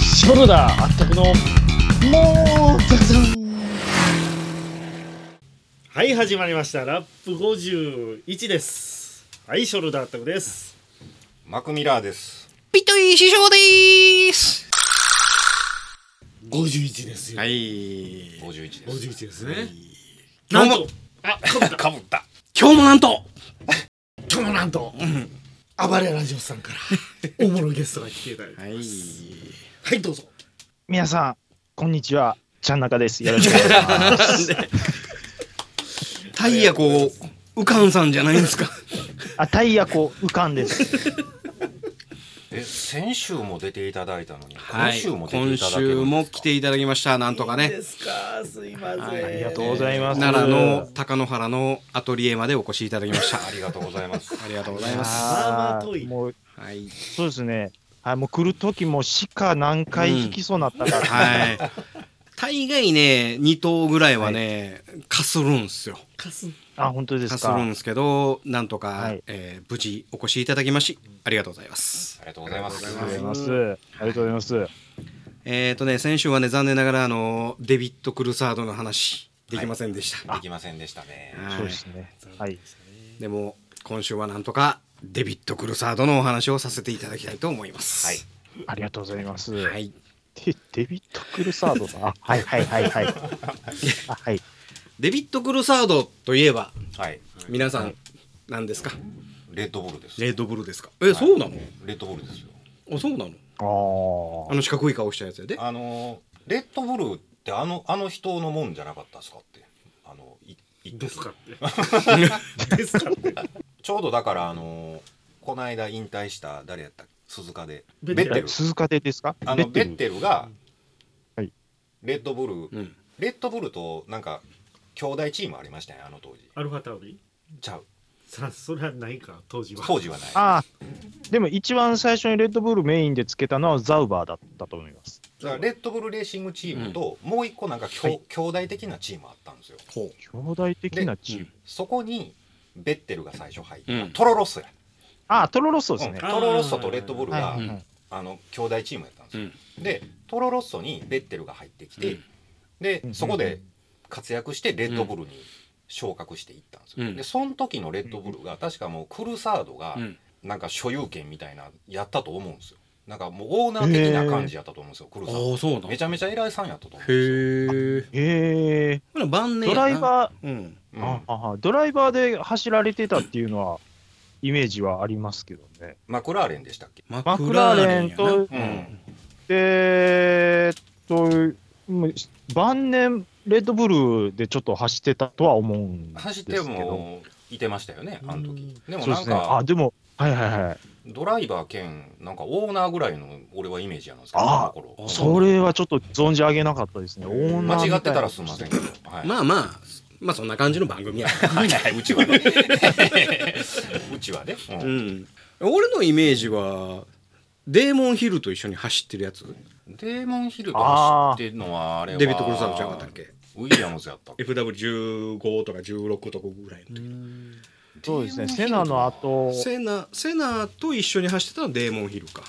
ショルダーあったくのもうザザンはい始まりましたラップ51ですはいショルダーあったくですマクミラーです。ピトイ師匠でーす。 51ですよ、はい。五十一です。 51ですね、な今ん日もとあかぶったかぶった。今日もなん と。今日もなんと、暴れラジオさんからおもろいゲストが来ていただいてはい。はいどうぞ 皆さん、こんにちは。ちゃんなかです。よろしくお願いします。タイヤこう、ウカンさんじゃないんですか。あ、タイヤコウカンです。え、先週も出ていただいたのに、は今い。週も出て今いただけるんですか週も来ていただきました。なんとかいいねで。すかすいません、はいありがとうございます。奈良の高野原のアトリエまでお越しいただきました。ありがとうございます。ありがとうございます。まあまああ遠いーもう、はい。そうですね。はい、もう来る時も鹿何回引きそうなったから、はい。大概ね、2頭ぐらいはね、かするんすよ。かすあ、本当でかすするか。んすけど、なんとか、はいえー無事お越しいただきまし、ありがとうございます。 ありがとうございます。ありありがとうございまます。ありがとうございます。えーとね、先週はね、残念ながら、あの、デビッド・クルサードの話、できませんでした。できませんでしたね。はいそうですね。はい。でも、今週はなんとか、デビッド・クルサードのお話をさせていただきたいと思います。はい。ありがとうございます。はい。でデビットクルサードさん。あはいはいはいはい。 あはい。デビッド・クルサードといえば、はい。皆さん、何ですかレッドボールです。レッドブルですかえ、そうなのレッドボールですよ。あ、そうなのあーあの四角い顔したやつやで。あのー、レッドボールって、あの、あの人のもんじゃなかったですかって。あの、い、いですかって。ですかって。ちょうどだから、あのー、この間引退した、誰やったっけ鈴鹿で。ベッベテッルテル。鈴鹿でですかあベの、ッテベルッテルがはい。レッドボール。うん。レッドブルとなんか兄弟チームありましたねあの当時アルファタオリちゃうさあ、それはないか、当時は。当時はないああ、でも一番最初にレッドブルメインでつけたのはザウバーだったと思います。だからレッドブルレーシングチームともう一個なんかきょ、兄弟的なチームあったんですよほ兄弟的なチーム。そこにベッテルが最初入った、うんトロロッソや、ああ、トロロッソうですんね。トロロッソとレッドブルが、はう。ういん。あの兄弟チームやったんですうよ、ん。でトロロッソにベッテルが入ってきて、うんでうんそこで活躍してレッドブルに昇格していったんですよ、うんでその時のレッドブルが確かもうクルサードが、うん。なんか所有権みたいなやったと思うんですよなんかもうオーナー的な感じやったと思うんですよ、クルあーさあ、そうなんのめへちゃめちゃ偉いさんやったと思うんですよ、え。へえ、これ晩年ドやなライバうん。うー、んあああドライバーで走られてたっていうのは、イメージはありますけどね。マクラーレンでしたっけママクラーレンクラと、ーレンやなうんえーっと、もう晩年、レッドブルでちょっと走ってたとは思うんですけど。走ってもいてましたよねあの時でもそうでなんすね。かあ、でも、はいはいはい。ドライバー兼なんかオーナーぐらいの俺はイメージやなんですけどあこの頃それはちょっと存じ上げなかったですね。オーナー間み違いってたらすみませんけど、はいまあまあ、まあそんな感じの番組や。 はいはいうちはね うちはね、うんうん、俺のイメージはデーモンヒルと一緒に走ってるやつデーモンヒルと走ってるのはあれはデビッド・クルーザードちゃうかったっけウィリアムズやったっけ FW15 とか16とかぐらいの時そうですね、セナの後、セナセナと一緒に走ってたのはデーモンヒルか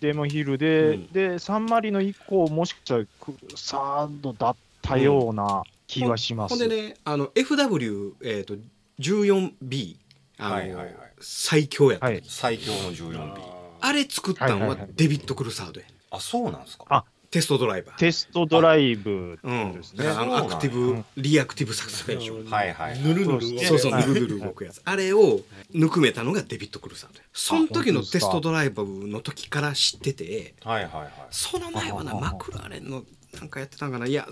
デモヒルで、うんで、サンマリの以降、もしかしたらクサードだったような気がします。ほんでねあの FW14B、えーと、14B あの、はいはいはい最強やった、はい、最強の 14B あれ作ったのはいははいはいデビッド・クルサードやあそうなんですかあテストドライバーテストドライブうん、ですだねからあのそうなんアやクティブリアクティブ作戦でしょはいはいぬるぬるを。そうそう、はいぬるぬる動くやつ。あれをぬくめたのがデビット・クルーサードやその時のテストドライブの時から知ってて、はいはいはいその前はな、ああマクラーレンのなんかやってたんかな。いや、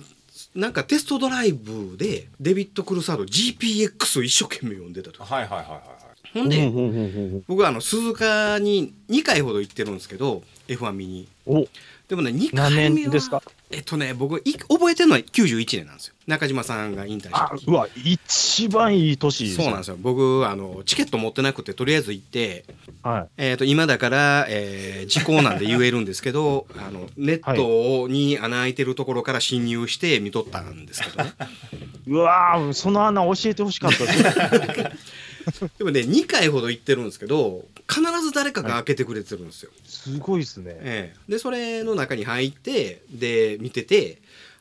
なんかテストドライブでデビット・クルーサード GPX を一生懸命読んでたと。はいはいはいはいはいほうんで、んうんうん僕はあの鈴鹿に2回ほど行ってるんですけど、F1 見に。うんおでもね、2回何目は年ですかえっとね、僕い覚えてるのは91年なんですよ。中島さんが引退したあ時。うわ、一番いい年です、そうなんですすよ僕あのチケット持ってなくてとりあえず行って、はえー、と今だから、えー時効なんで言えるんですけどあのネットに穴開いてるところから侵入して見とったんですけどね、い、うわーその穴教えてほしかったですでもね2回ほど行ってるんですけど必ず誰かが開けてくれてるんですよ、すごいですね。ええ、でそれの中に入ってで見てて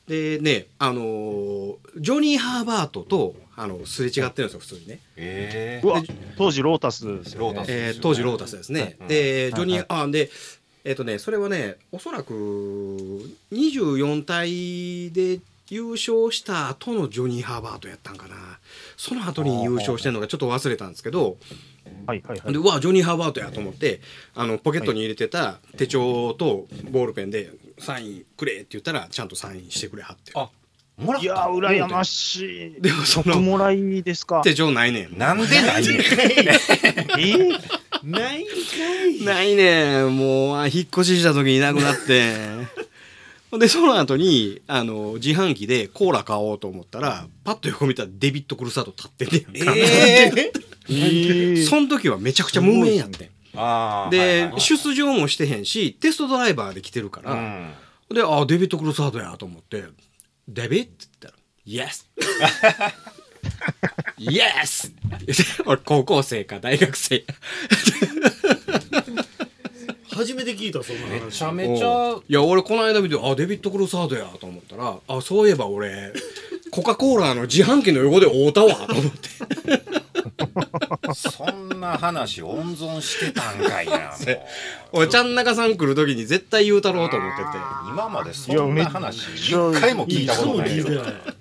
でねあのージョニー・ハーバートとあのすれ違ってるんですよ普通にね、ええうわ、当時ロータスですロよータスね。えー当時ロータスですね、うんでジョニー、はいあでえっ、とねそれはねおそらく24体で優勝した後のジョニー・ハーバートやったんかなその後に優勝してるのがちょっと忘れたんですけど、はいはいはいで。うわジョニー・ハーバートやと思ってあのポケットに入れてた手帳とボールペンで「サインくれ」って言ったらちゃんとサインしてくれはってあもらっいやたー、羨ましい。でもそおのもらいですか。手帳ないねんなんでないねんえーないんかいないねんもうあ引っ越しした時いなくなって でその後にあの自販機でコーラ買おうと思ったらパッと横見たらデビッド・クルサード立ってて、えええー その時はめちゃくちゃ無名やってんああで、出場もしてへんしテストドライバーで来てるかうら、んで、あ、デビット・クロサードやと思って、デビッって言ったら、イエ スイエス 俺、高校生か大学生。初めて聞いたそんなめち話ゃめちゃいや、俺、この間見て、あ、デビット・クロサードやと思ったら、あ、そういえば俺、コカ・コーラの自販機の横で会うたわと 思って。そんな話温存してたんかいなもう俺、ちゃん中さん来る時に絶対言うたろうと思ってて。今までそんな話いやめっちゃ一回も聞いたことないつも聞いてよないさすがス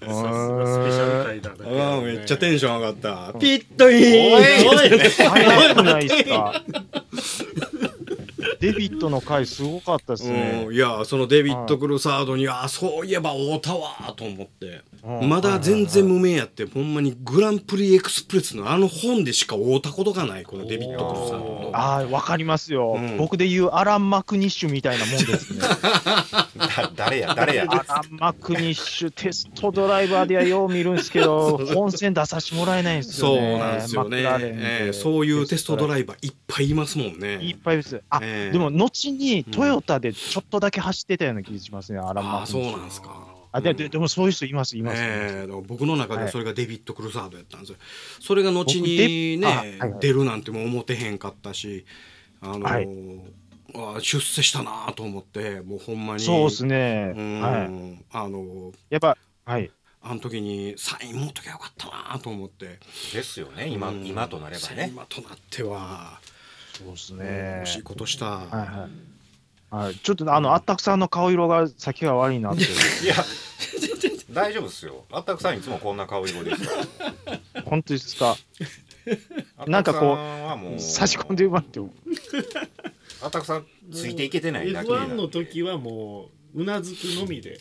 ペシャル会だだけあああ、めっちゃテンション上がった。ピットイおいン早くないですか。デビットの回すごかったですね う。ん、いやそのデビッド・クルサードに、ああそういえば会うたわと思って、うんまだ全然無名やってほんまにグランプリエクスプレスのあの本でしか会うたことがないこのデビッド・クルサードとああ、わかりますよ、うん僕で言うアラン・マクニッシュみたいなもんですね。だ誰や誰やアラン・マクニッシュ、テストドライバーではよう見るんですけ ど、本戦出させてもらえないんですよそうね。なんですよね、マクラーレンでええそういうテストドライイバーいっぱいいますもんねいっぱいです。あ、ええでも、後にトヨタでちょっとだけ走ってたような気がしますね、アラン・あマあクそニうッシュ。なんですかあでででも、そういう人います、います。ええだから僕の中ではそれがデビッド・クルサードやったんですよ、それが後にね、僕デビあはいはい出るなんても思ってへんかったしあのーはいあー出世したなと思ってもうほんまにそうですね、うん、はい。あのやっぱ、はい。あの時にサイン持っときゃよかったなと思ってですよね今うん今となればさね今となってはそうです惜ねしい。ことした、はいはい。はい、ちょっとあの、あったくさんの顔色が先が悪いなって。 いや大丈夫ですよあったくさんいつもこんな顔色ですから本当ですか。あっ たなんくかさこうんはもう差し込んで生まれても。あったくさんついていけてないだけな F1 んでの時はもううなずくのみで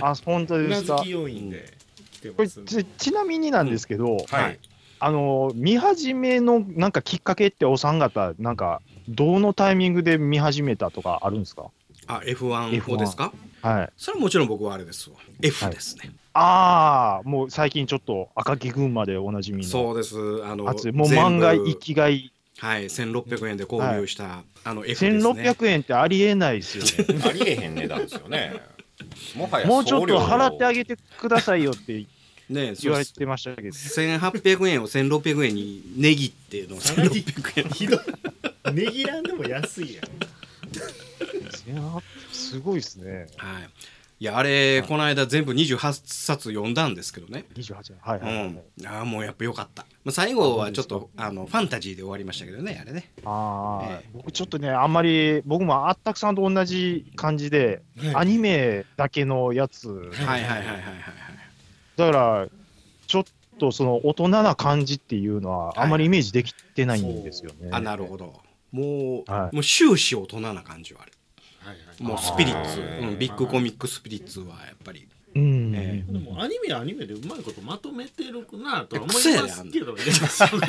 あ、本当うでなすずかき。要因で来てこまれすんでちちなみになんですけど、はいあの見始めのなんかきっかけってお三方なんかどのタイミングで見始めたとかあるんですかあ F1 を F1 ですかはいそれはもちろん僕はあれですわ F はいですね、ああもう最近ちょっと赤木群馬でおなじみのそうですあの熱いもう全漫部画生きがいはい1600円で購入した、あの F ですね1600円ってありえないで すよねありえへん値段ですよねもはやもうちょっと払ってあげげてくださいよってねそ言うわれですてましたけど1800円を1600円に値切っての1600円ひどいねぎらんでも安いやんいやすごいですねはいいやあれ、この間全部28冊読んだんですけどね、 28円はいはい、はいうん、ああもうやっぱ良かった、まあ、最後はちょっとあのファンタジーで終わりましたけどねあれねああ、ええ僕ちょっとねあんまり僕もあったくさんと同じ感じで、アニメだけのやつはいはいはいはいはいはいだから、ちょっとその大人な感じっていうのいは、あんまりイメージできてないんですよね。あなるほどもう、はいもう終始大人な感じはあるはいはいもうスピリッツ、あーうん、ビッグコミックスピリッツはやっぱりうん、えでもアニメはアニメでうまいことまとめてるなとは思い癖やまであすんのけ ど、ね、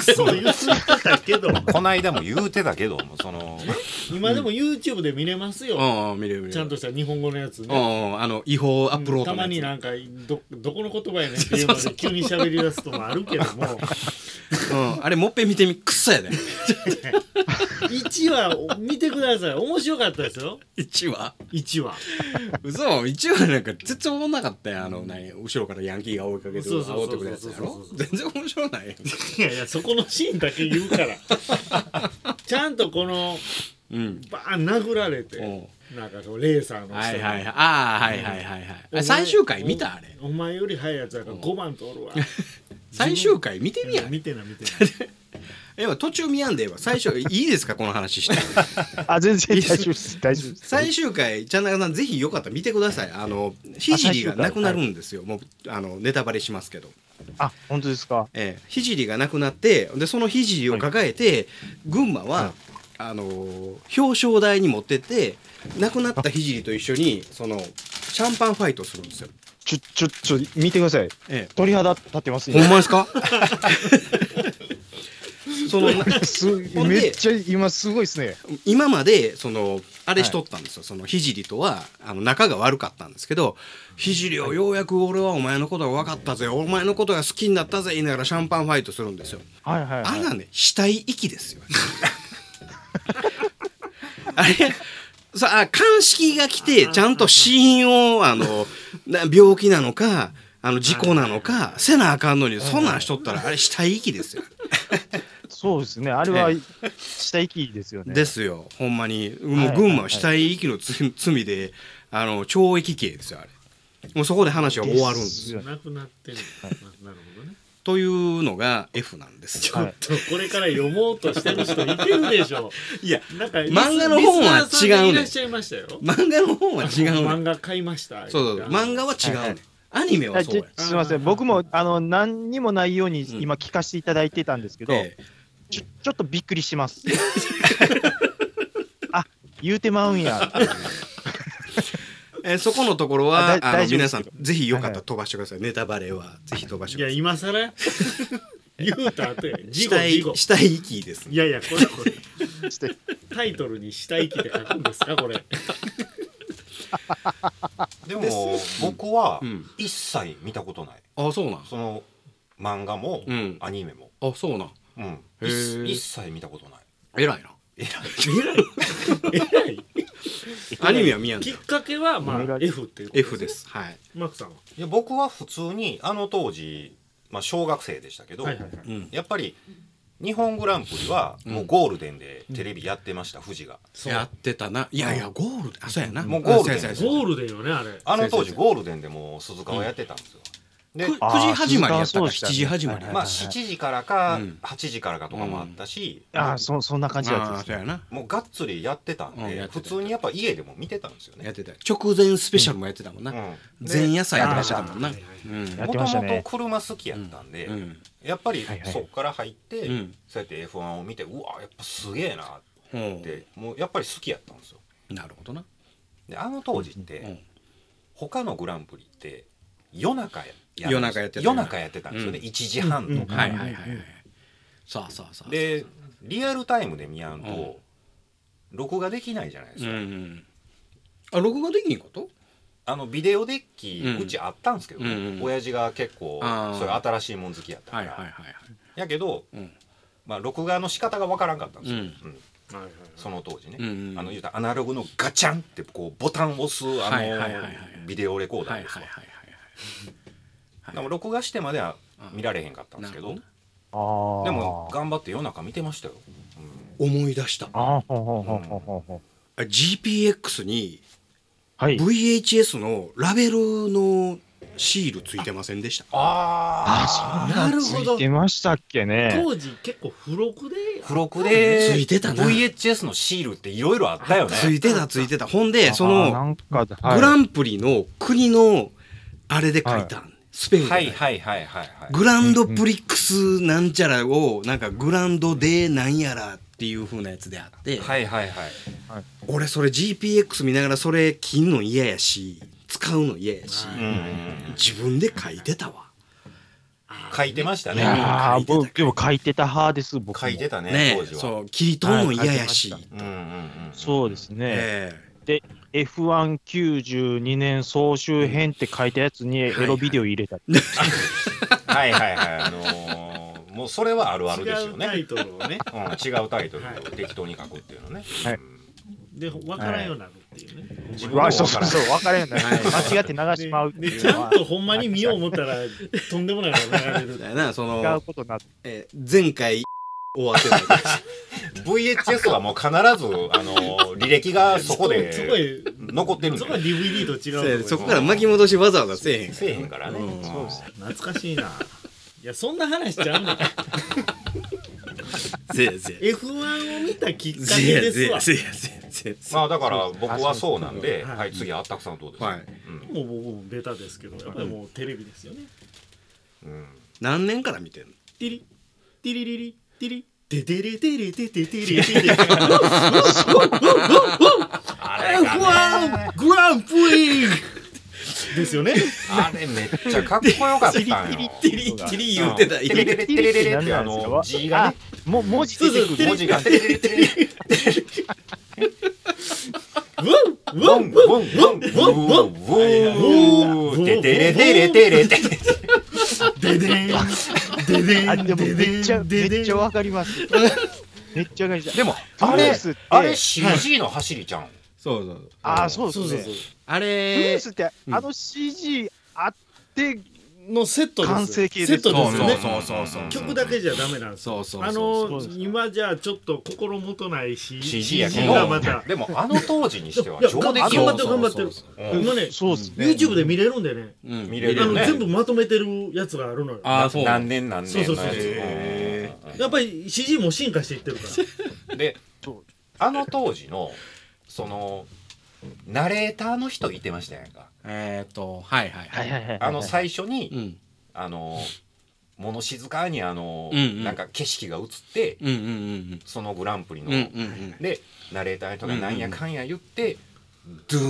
そう言ってたけど、こないだも言うてたけどもその今でも YouTube で見れますよ、うんうん見れる見れるちゃんとした日本語のやつうね。んうんあの違法アップロードたのまやつになんかどどこの言葉やねんっていうので急に喋り出 すともあるけどもうん、あれもっぺん見てみくっそやで1話見てください面白かったですよ1話1話嘘1話なんか全然おもんなかったやんあの、何後ろからヤンキーが追いかけてそうそうそう煽ってくるやつやそうろそうそう全然面白ないやいんやいやそこのシーンだけ言うから ちゃんとこのうんバーン殴られておなんかそのレーサーの人がはいはいはいああはいはいはいはいお前あ最終回見たあれおお前より早いやつやからうん5番通 るわ最終回見てみや見てな見てな今途中見やんでええわ最初いいですかこの話してあ、全然大丈夫です。大丈夫です。最終回ちゃんなかさんぜひよかったら見てくださいあのひじりがなくなるんですよもうあのネタバレしますけどあ、本当ですか。ええ、ひじりがなくなってでそのひじりを抱えて、群馬は、はいあのー表彰台に持ってって亡くなったひじりと一緒にそのシャンパンファイトするんですよ。ちょ、ちょ、ちょ、見てください。え鳥肌立ってますえ、ほんね。まですか そのすほんでめっちゃ今すごいですね。今までそのあれしとったんですよ、そのひじりとはあの仲が悪かったんですけど「ひじりをようやく俺はお前のことが分かったぜお前のことが好きになったぜ」言いながらシャンパンファイトするんですよ。はいはい、あはれい。はね死体遺棄ですよ。 あれさあ鑑識が来てちゃんと死因をあのな病気なのかあの事故なのかせなあかんのにそんなんしとったらあれ死体遺棄ですよ。そうですね。あれは、下息ですよね。ですよほんまにはいもうはい群馬は死体遺棄の罪罪であの懲役刑ですよあれ。もうそこで話が終わるんですよ。 よ。なくなってるなるほどねというのが F なんですよ。はいちょっとこれから読もうとしてる人いてるでしょ いやなんか漫画の本は違うねリスナーさんでいらっしゃいましたよ漫画の方は違うね漫ん。画買いましたそうそう漫画は違うねん。アニメはあそうちや。すみません、僕もあの何にもないようにうん今、聞かせていただいてたんですけど、ええちょちょっとびっくりします。 あ言うてまうんや、えーそこのところはあだあの大丈夫で皆すさんぜひよかったら飛ばしてください、ネタバレはぜひ飛ばしていくだやさい今更 や言うた後や事死後事体後死体遺棄ですいやいやこれこれしてタイトルに死体遺棄って書くんですか これ でも 僕はうん一切見たことないあそうなんその漫画もうんアニメも、あそうなんうんへー一一切見たことない偉いなえらいえらいアニメは見やんきだっかけはまお願あい F っていうこと F ですはい、マックさんはいや僕は普通にあの当時、まあ、小学生でしたけど、はいはいはいうん、やっぱり日本グランプリはもうゴールデンでテレビやってました、富士がそうやってたないやいやゴールデンあそうやなもうゴールデンんそうやそうやゴールデンよねあれあの当時そうそうそうゴールデンでもう鈴鹿をやってたんですよ、でくあー9時始まりやったかそうでした7ね時始まりやっまたかあ7時からかうん8時からかとかもあったし、あそそんな感じだあっーたそうやなもうがっつりやってたんうんで、やってた普通にやっぱ家でも見てたんですよやっねてた直前スペシャルもやってたもんな、うん前夜祭やってましたあもんなーうんやっもてとましたもねと車好きやったんで、うんやっぱりはいはいそっから入って、うんそうやって F1 を見てうわやっぱすげえなっうんてもうやっぱり好きやったんですよなるほどな、であの当時っうて、ん、他のグランプリって夜中やや夜中やってた夜中やってたんですよね、う1時半とか、はいはいはいはいさあさあさあでリアルタイムで見やんと、うん録画できないじゃないですうんか、うん、あ録画できんことあのビデオデッキ、ううんちあったんですけどね、うんうん親父が結構あーそういう新しいもん好きやったかはいら、はいはいはいやけど、うんまあ、録画の仕方がわからんかったんですよ、ううんはいはいその当時ね、うんうんうんあの言うたらアナログのガチャンってこうボタンを押すあの、はいはいはいはいビデオレコーダはーいですはいわ、はいはいではいも録画してまでは見られへんかったんですけどなるあーでも頑張って夜中見てましたよ、思い出したあーほうほうほうほうほうほう GPX にはい VHS のラベルのシールついてませんでしたああなるほど出ましたっけね当時結構付録で付録でついてたな VHS のシールっていろいろあったよねついてたついてたほんでそあーのなんかだ、はいグランプリの国のあれで書いたんスペルで書はいいたはいはいはいはいグランドプリックスなんちゃらをなんかグランドでなんやらっていう風なやつであってはいはいはい俺それ GPX 見ながらそれ切んの嫌やし使うの嫌やしはういんうんうん自分で書いてたわ書いてましたいねやー書いてた僕でも書いてた派です僕も書いてたねね当え時はそう切り取るの嫌やしはい書いうんうんうんそうですね、ええ F192 年総集編って書いたやつにエロビデオ入れたり、はいはいはいあのーもうそれはあるあるです違ようタねイトルをね。うん、違うタイトルを適当に書くっていうのね、はいうんで、わからんようになるっていうね。自分わもそうそうそう、分からへんのよはい間違って流しまうってでいでうちのゃはんとほんまに見よう思ったら、とんでもないのが流れる。だよな、そ違うの、ことになって、えー前回、終わって ない。 VHS はもう必ずあの履歴がそこそこでへ、残ってるんそだこはよ DVD とそう違やうでと そ思こうから巻き戻しわざわざせえへんかせえへんからね、うんそうです懐かしいな。いや、そんな話ちゃうねん。ら。せやせや。 F1 を見たきっかせけやですせわや。せやせやせやせや。まあだから僕はそうなんで、あそうはい、次あったくさんどうですか、はいうんもう僕もベタですけど、やっぱりもうテレビですよね。うん、何年から見てんのティリ、ティリリリ、ティリ、テテレテレテテテレテレ。あれがね F1 グランプリですよね。あれめっちゃかっこよかったんよテリテリ言うてた。テレレレテレレレってあの字がねあも文字出てくる文字がテレレレテレレボンボンボンボンボンウォンウォンウォンウォンウォンボンテテレテレテレテレデデンデデあンでもデめっちデゃンデめデっンちゃわかります。めっちゃわかります。でもトあゥルーれスってあれ CG の走りちゃうんそうそうそう。ああそうでそうすそうね。トそう。あゥルれースってあの CG あってのセットです。完成形ですセットそうですよね。そうそうそう曲だけじゃダメなんですよ。そうそうそうあそうのそうです今じゃちょっと心もとないし CG やけどがまたでもあの当時にしてはいや上出頑来張よってる頑張ってるうん今ねそうですね。 YouTube で見れるんでねうん見れるあよのね全部まとめてるやつがあるのよああそう何年何年のそうそうそうやつやっぱり CG も進化していってるからうんであの当時のそのナレーターの人いてましたやんかえーっとはいはいはいはいはい。あの最初にうんあのもの静かにあの、うんうんなんか景色が映ってうんうんそのグランプリの、うんうんうんうんでナレーターの人がなんやかんや言って、ドゥー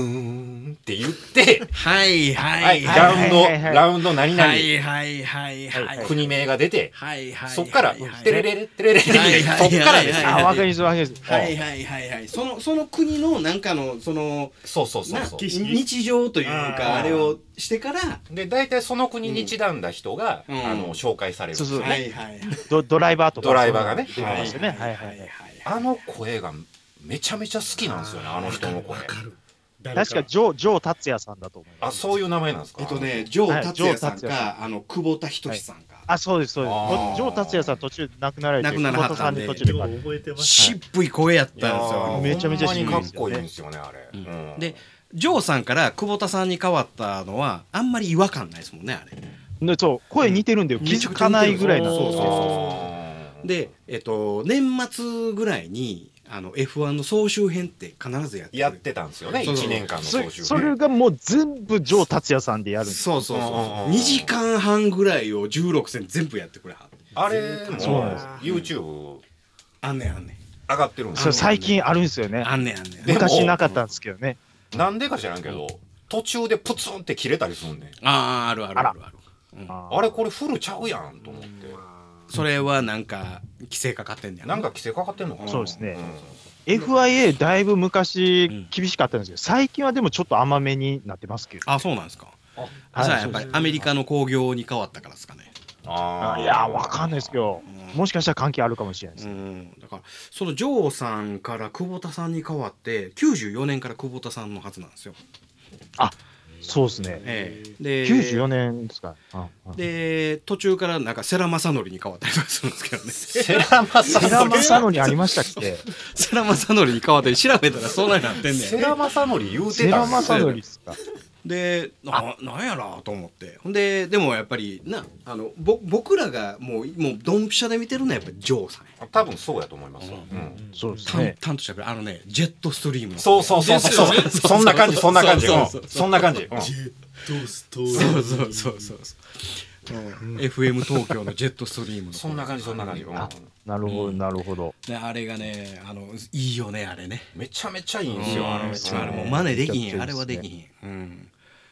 ンって言って、はいははいい、はいラウンド、はいはいはいラウンド何々、はいはいはいはいはい国名が出て、はいはいそっから、テレレレテレレレはいはいはいそっからですよ、はいあわかりますわかります。はいはいはいはいそのその国のなんかのそのそうそうそうなそう景色日常というかあーあれをしてからで大体その国にちなんだ人が、うんあの紹介されるんですよね、はいはいドドライバーとか。ドライバーがね出てましたね。はいはいはい。あの声がめちゃめちゃ好きなんですよねあの人の声確かジョージョー達也さんだと思います。あそういう名前なんですかえっとねジョはーい達也さんジョー達也かあの久保田仁さんかあそうですそうですあー。ジョー達也さん途中で亡くなられて、亡くならは久保田っさたんんでで途中ででも変わって。覚えてます渋い声やっいたやんですよーめちゃめちゃほんまにかっこいい渋いんですよねあれ、んうんでジョーさんから久保田さんに変わったのはあんまり違和感ないですもんねあれねそう声似てるんだよ。気づかないぐらいな。そうそうあーで、えっと、年末ぐらいにあの F1 の総集編って必ずやってるやってたんですよねそうそう1年間のそ総れ集それがもう全部ジョー達也さんでやるんですそうそうそううんうんうん2時間半ぐらいを16戦全部やってくれはってあれもそうなんです YouTube あんねんあんね上がってるんでそれすよ最近あるんですよんねあんねんあんねんでも昔なかったんですけどねなんでか知らんけど途中でプツンって切れたりすんねんあああるあるあるあるああれこれフルちゃうやんと思ってそれはなんか規制かかってんねやなんか規制かかってんのかなそうですねん FIA だいぶうん昔厳しかったんですけど最近はでもちょっと甘めになってますけどあそうなんですかああじゃあやっはぱいりアメリカの興行に変わったからですかねああーいやわかんないですけどうんもしかしたら関係あるかもしれないでうすんだからそのジョーさんから久保田さんに変わって94年から久保田さんのはずなんですよ、そうですねええで94年ですかああで途中からなんか世良正則に変わったりとかするんですけどね セラマサ寺間正則ありましたっけ世良正則に変わったり調べたらそんなになってんねセんラマサノリ言うて寺た間ね正則ですかでななんやなと思ってほんででもやっぱりなあのぼ僕らがもうもうドンピシャで見てるのはやっぱりジョーさんや多分そうやと思いますようんそうです淡ね々としたからあのねジェットストリームのそうそうそうそうですよねそんな感じそんな感じそううそうんそうそうそんな感じうんジェットストーリーそうそうそうそうそう、うん、FM 東京のジェットストリームのそんな感じそんな感じうんあなるほどなるほどねあれがねあのいいよねあれねめちゃめちゃいいんですよあれめっちゃあれもううん真似できひうんんあれはできひん、うん、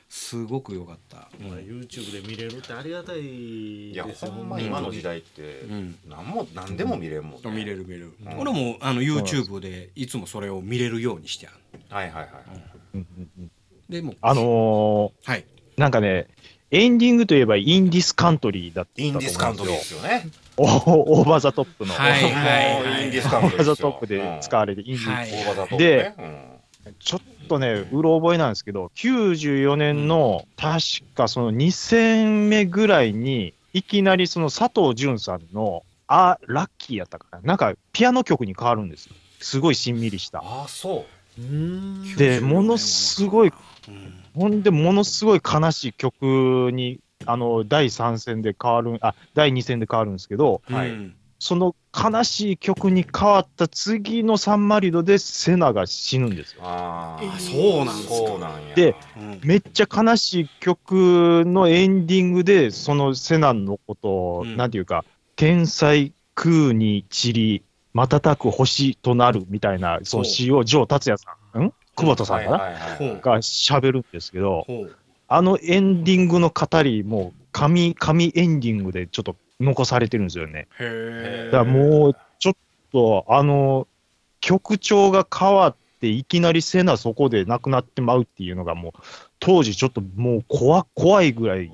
すごく良かった、うんまあ YouTube で見れるってありがたいいいやほんま今の時代ってん何も何でも見れるもんね見れる見れる、俺もあの YouTube でいつもそれを見れるようにしてあるはいはいはいうんうんうんでもうあのーはいなんかね、エンディングといえばインディスカントリーだったとイ思うンんですディスよ。カントリーですよね。おおオーバーザトップの。もはういはいはいインディスカオンートバーリーですよ。ザトップで使われて、インディはいうんオーバーザトップね。でうんちょっとね、うろ覚えなんですけど、94年の、確かその2戦目ぐらいに、いきなりその佐藤淳さんの、あ、ラッキーやったかな。なんか、ピアノ曲に変わるんですよ。すごいしんみりした。ああ、そう。うんでものすごいうんほんで、ものすごい悲しい曲に、あの、第3戦で変わるん、あ、第2戦で変わるんですけど、はいうんその悲しい曲に変わった次のサンマリノでセナが死ぬんですよ。ああ、そうなんですかそうなんや。でうんめっちゃ悲しい曲のエンディングで、そのセナのことを、うんなんていうか、天才空に散り、瞬く星となるみたいな、その詩をジョー達也さん、ん久保田さんかな、はいはいはいが喋るんですけど、ほうあのエンディングの語り、もう神、神エンディングでちょっと残されてるんですよね。へえだからもう、ちょっと、あの、曲調が変わって、いきなりセナそこで亡くなってまうっていうのが、もう、当時ちょっともう怖、怖いぐらい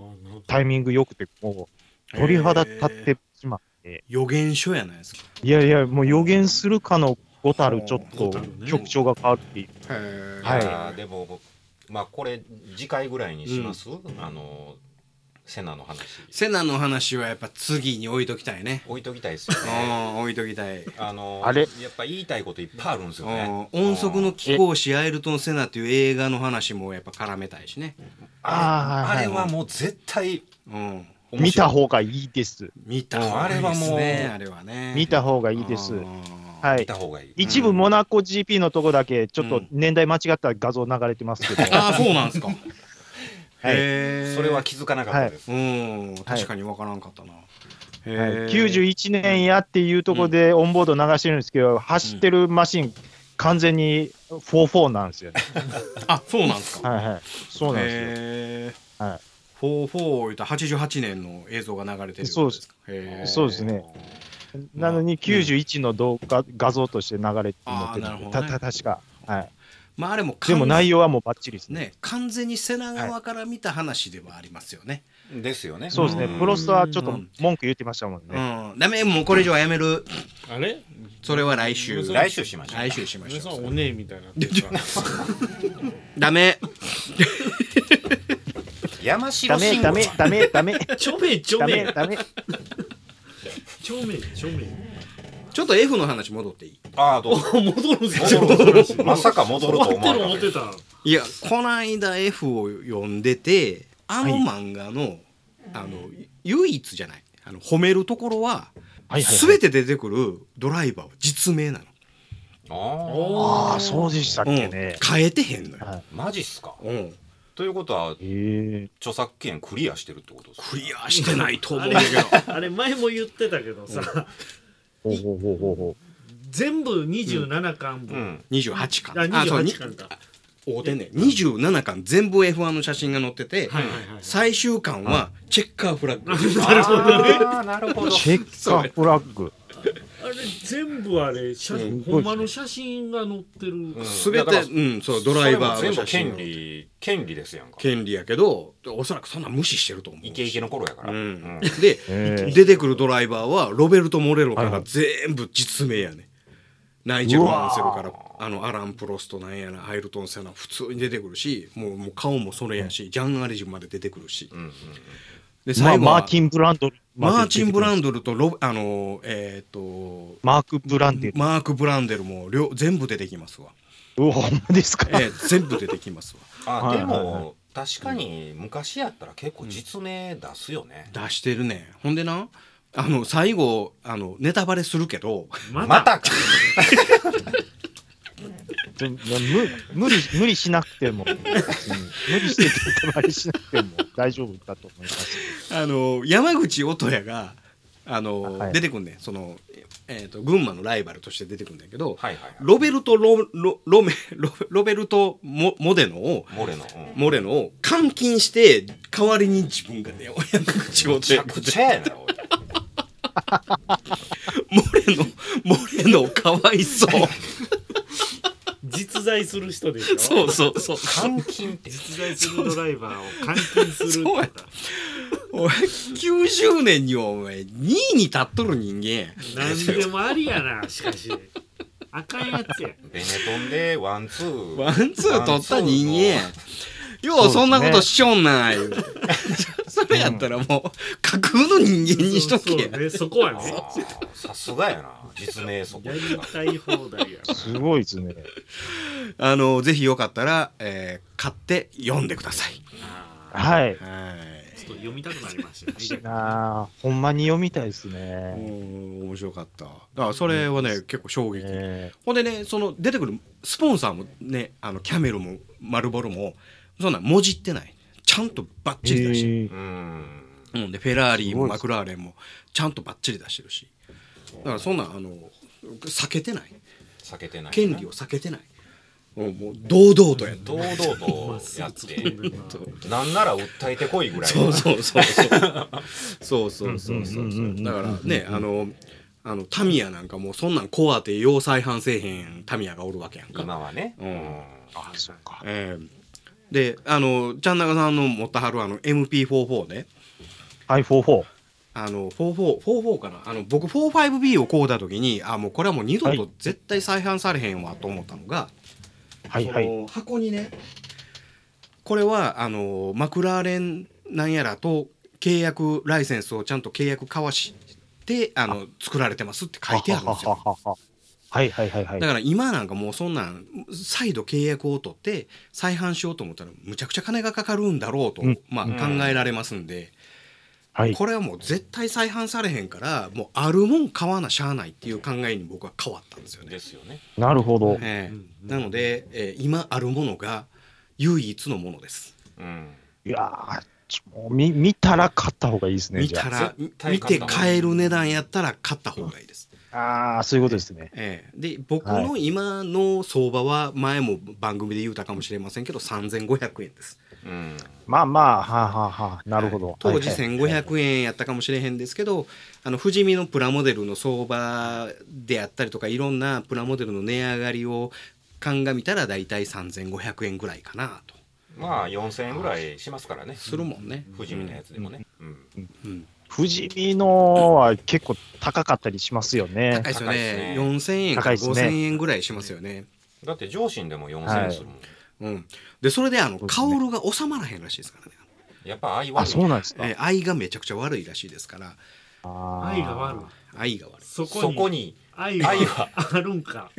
タイミング良くて、もう、鳥肌立ってしまって、予言書やないですかいやいや、もう予言するかのごたる、ちょっごとたるね曲調が変わって、へえはいやーでも、まあ、これ、次回ぐらいにします、あの、セナの話。セナの話はやっぱ次に置いときたいね置いときたいですようね。ん置いときたいあの、あれやっぱ言いたいこといっぱいあるんですようんね。音速の貴公子アイルトン・セナっていう映画の話もやっぱ絡めたいしね、ああーはいはいれあれはもう絶対うん、面白い見た方がいいです。見たうんあれはもういいっすねあれはね見た方がいいです。はは見いた。方がいい。一部モナコ GP のとこだけ、ちょっと年代間違った画像流れてますけ ど、ああそうなんですかいへえそれは気づかなかったです。うん確かにわからんかったな、へはいえ91年やっていうとこでオンボード流してるんですけど、走ってるマシン、完全に44なんですよね。あそうなんですかはいはい。そうなんですよ。へえはい44言うたら88年の映像が流れてるってことかへえそうですねなのに91の動画、画像として流れて載ってあーなるるほんで、たどねた確か。はい。まああれもでも内容容はもうバッチリですね。ね完全に背中側から見た話ではありますよね、ですよね。そうですねん。プロストはちょっと文句言ってましたもんね。うんダメもうこれ以上はやめるあれそれは来週嘘来週しましょう。来週しま皆しさょんうおねえみたいに なってるからダメ山城ダメ慎吾ダメダメダメちょめちょダめメダメ。ちょめちょめちょっと F の話戻っていいああ、どう ぞ。あ戻るんすか戻るまさか戻ると思わなか 思ったってた思っていやこないだ F を読んでてあの漫画の、あの唯一じゃないあの褒めるところは、はいはいはい全て出てくるドライバーは実名なあの、あ、ああ、そうでしたっうんけね。変えてへんのよ、はいマジっすか。うん、ということは、へえ。著作権クリアしてるってことですかクリアしてないと思うんだ けどたあれ前も言ってたけどさほうほうほうほうほ全部27巻う分ん。 28あ巻あそうに28巻か合うてんねん27巻全部 F1 の写真が載ってて、はいはいはい最終巻はチェッカーフラッグ、 なるほどねああ、なる ほう。ど。チェッカーフラッグ。あれ全部あれ写うんほんまの写真が載ってる全てだからうんそうドライバーのそれも写真全部権利、権利ですやんか。権利やけどおそらくそんなん無視してると思うイケイケの頃やから。うんうんで、えー出てくるドライバーはロベルト・モレロかはいはいら全部実名やね、ナイジェル・マンセルからうわあのアラン・プロストなんやなアイルトン・セナ普通に出てくるしもうもう顔もそれやし、ジャン・アレジまで出てくるしうんうんでまあ、最後はマーティン・ブランドル。マーチン・ブランド。ドルとロあのえっ、とマーク・ブランデル。マーク・ブランデルも両全部出てきますわ、うわ、ほんまですか。えー全部出てきますわあ、はいではいも、確かに昔やったら結構実名出すよね。出してるねほんでなあの最後あのネタバレするけど ままたたか。全 無無理、無理しなくても。別に無理して手配しなくても大丈夫だと思います。あの山口音也があの、はい出てくんねんその、えー、と群馬のライバルとして出てくんだけど、はいはいはいロベルトロロロメ ロロベルトモモデノをモレノ。うんモレノを監禁して代わりに自分がね山口む音ち也ゃがくちゃやな、おいモレノモレノかわいそう実在する人でしょそうそうそう監禁 って実在するドライバーを監禁するとそうやかお前90年にはお前2位に立っとる人間何でもありやなしかしあかんやつやベネコンでワンツーワンツー取った人間やようそんなことしよんな言うて それやったらもう架空の人間にしとけそうそうねそこはあねーさすがやな実名そこやりたい放題やすごいですね。あのぜひよかったら、えー買って読んでくださいはいい。はいちょっと読みたくなりましたねなあ、ほんまに読みたいですうね。ん面白かっただからそれはね、結構衝撃、えほんでねその出てくるスポンサーもねあのキャメルもマルボロもそんなんもじってないちゃんとバッえチリだし、うーんうん、でフェラーリすもごいですマクラーレンもちゃんとバッチリ出してるしだからそんなんあの避けてない避けてない権利を避けてないうんもう堂々とやった堂々とや ってなんなら訴えてこいぐらいそうのそうそうそうそうそうそうそうううんんそうんうんうだからねあのあのタミヤなんかもうそんなん怖って要再犯せえへんタミヤがおるわけやんか今はねうんあ、そうか。ええであのちゃんなかさんの持ったはるあの MP44 ねはい、44。あの44 44かなあの僕 45B を買うた時にあもうこれはもう二度と絶対再販されへんわと思ったのが、はいはい。その箱にねこれはあのマクラーレンなんやらと契約ライセンスをちゃんと契約交わしてあの作られてますって書いてあるんですよ。はははははいはいはいはいだ。から今なんかもうそんなん再度契約を取って再販しようと思ったらむちゃくちゃ金がかかるんだろうと、うんまあ、うん考えられますんで、はい。これはもう絶対再販されへんからもうあるもん買わなしゃあないっていう考えに僕は変わったんですよね。ですよねなるほど。ええうんうんなので、えー今あるものが唯一のものです。うんいやーちょもう見見たら買った方がいいですね。見じゃたら絶対見買てった方がいい買える値段やったら買った方がいいです。ああー、そういうことですね。ええで僕の今の相場は前も番組で言うたかもしれませんけど3500円です。うんまあまあ、はあ、はあはあ、なるほど。当時はいはいはい1500円やったかもしれへんですけど、あの富士見のプラモデルの相場であったりとかいろんなプラモデルの値上がりを鑑みたら大体3500円ぐらいかなとまあ4000円ぐらいしますからねするもんね。富士見のやつでもねうんうん富士見のは結構高かったりしますよね高。いですよね。高4000円か高いっすね5000円ぐらいしますよね。だって上信でも4000円するもんうん、でそれであのそうですね薫が収まらへんらしいですからね。やっぱ愛はあ、そうなんですか。えー愛がめちゃくちゃ悪いらしいですからあー愛が悪い愛が悪いそそここにに愛はあるんか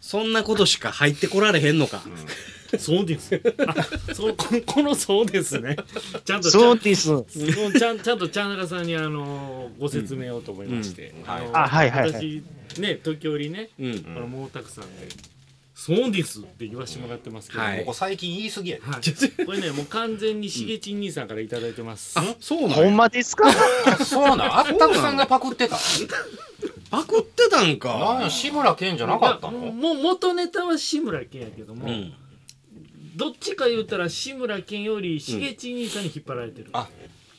そんなことしか入ってこられへんのかうんそうですあそうここのそうですねちゃんとちゃそうんです。うんちゃんちゃんとチャンナカさんにあのご説明をと思いまして、うんはいのあはいはいは私ね時折ねうん、うんこの毛沢さんで「そうです」って言わしてもらってますけど、はこいこ最近言い過ぎやではい、これねもう完全にしげちん兄さんから頂いいてます、そうなんほんまです か そうなんあったくさんがパクってたパクってたんなんやか志村けんじゃなかったのもう元ネタは志村けんやけども、うんどっちか言ったら志村けんよりしげちん兄さんに引っ張られてる、あ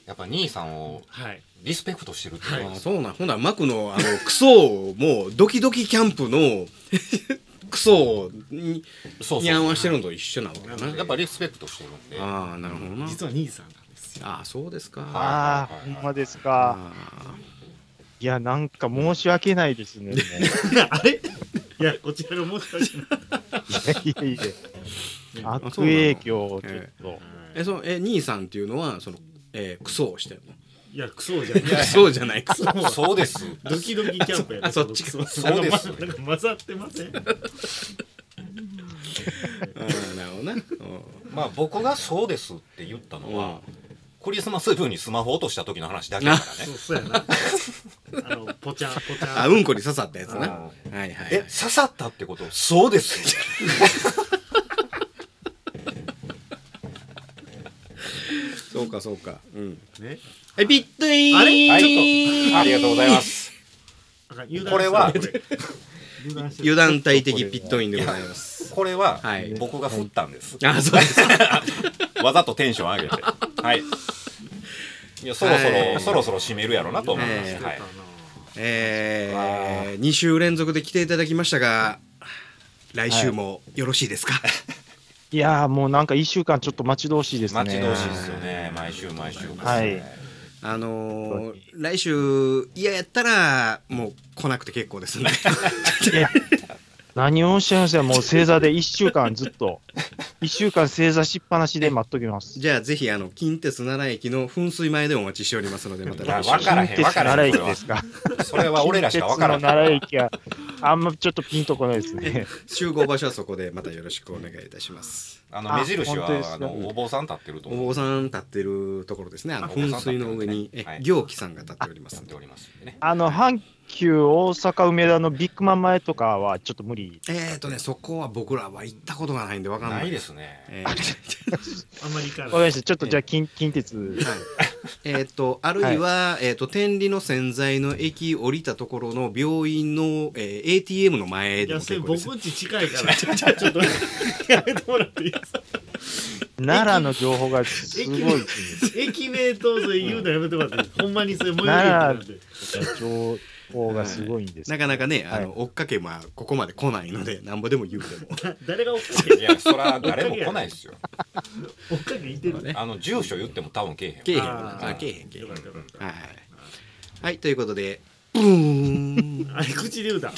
やっぱ兄さんをはいリスペクトしてるっていうのあはそうなんほなマクのあのクソをもうドキドキキャンプのクソをにそうにゃんそうわしてるのと一緒なわけだなやっぱリスペクトしてるんではああなるほどな実は兄さんなんです よああそうですか、はいああ、ほんまですか。ああいや、なんか申し訳ないです ね。もうあれいやこちらがもしかしていやいやいや。悪影響をちょっと。えそのえ兄さんっていうのはその、えークソをしてるのいやクソじゃないクソじゃないクソそうですドキドキキャンプやであそっちかこのクソそうですなんか混ざってませんああなるほどなうんまあ僕がそうですって言ったのはクリスマスイブにスマホ落とした時の話だけだからそねうそうやな。あの、ぽちゃん、ぽちゃあん。うんこに刺さったやつなはういはい、はい、え刺さったってことそうですそうかそうか。うん。ね。はい、ピットイーン。あれはいちょっとありがとうございますあかん油断これはしてるこれ油断してる油断体的ピットインでございます。これははい僕が振ったんですあ、そうです。わざとテンション上げて。はい。いや、そろそろ、はいそろそろ締めるやろなと思いましえて。はい。えー、2週連続で来ていただきましたが、来週もよろしいで すか、いやーもうなんか一週間ちょっと待ち遠しいですね。待ち遠しいですよね。毎週毎週。はいあのー来週嫌やったらもう来なくて結構です ね何をおっしゃいますよ。もう正座で一週間ずっと。一週間正座しっぱなしで待っときます。じゃあぜひあの近鉄奈良駅の噴水前でお待ちしておりますのでまたいや来週わからへん近鉄奈良駅ですか。それは俺らしか分から近鉄ん。の奈良駅はあんまちょっとピンとこないですね。集合場所はそこでまたよろしくお願いいたしますあの目印あ本当ですはかあのお坊さん立ってるとお思う。坊さん立ってるところですねあのあお坊さ噴ん水の上に、立ってますねえはい行基さんが立っておりまやっすんてでおりますんでね。あの阪急大阪梅田のビッグマン前とかはちょっと無理。えーとねそこは僕らは行ったことがないんでわかんないないですね。えーあんまりいかわなかりまい。した。ちょっとじゃあ近近鉄。はい、えーっとあるいは、えーっと天理の洗剤の駅降りたところの病院の、えー ATM の前いでや、もそれ結構です僕んち近いから、ちょっと、やめてもらっていいですか奈良の情報がすごいです ね。駅名とそれ言うのやめてもらっていいですかほんまにそれ、もう奈んで。情報がすごいんです。なかなかね、あはの追っかけはここまで来ないのでなんぼでも言うても誰が追っかいや、そら誰も来ないです よ。け、追っかけいてるね。あの住所言っても多分来え けへえんへんわ。わあーそらけえへんけえへんよはかったよかったい、はい、ということでブーンあれ、口で言うた。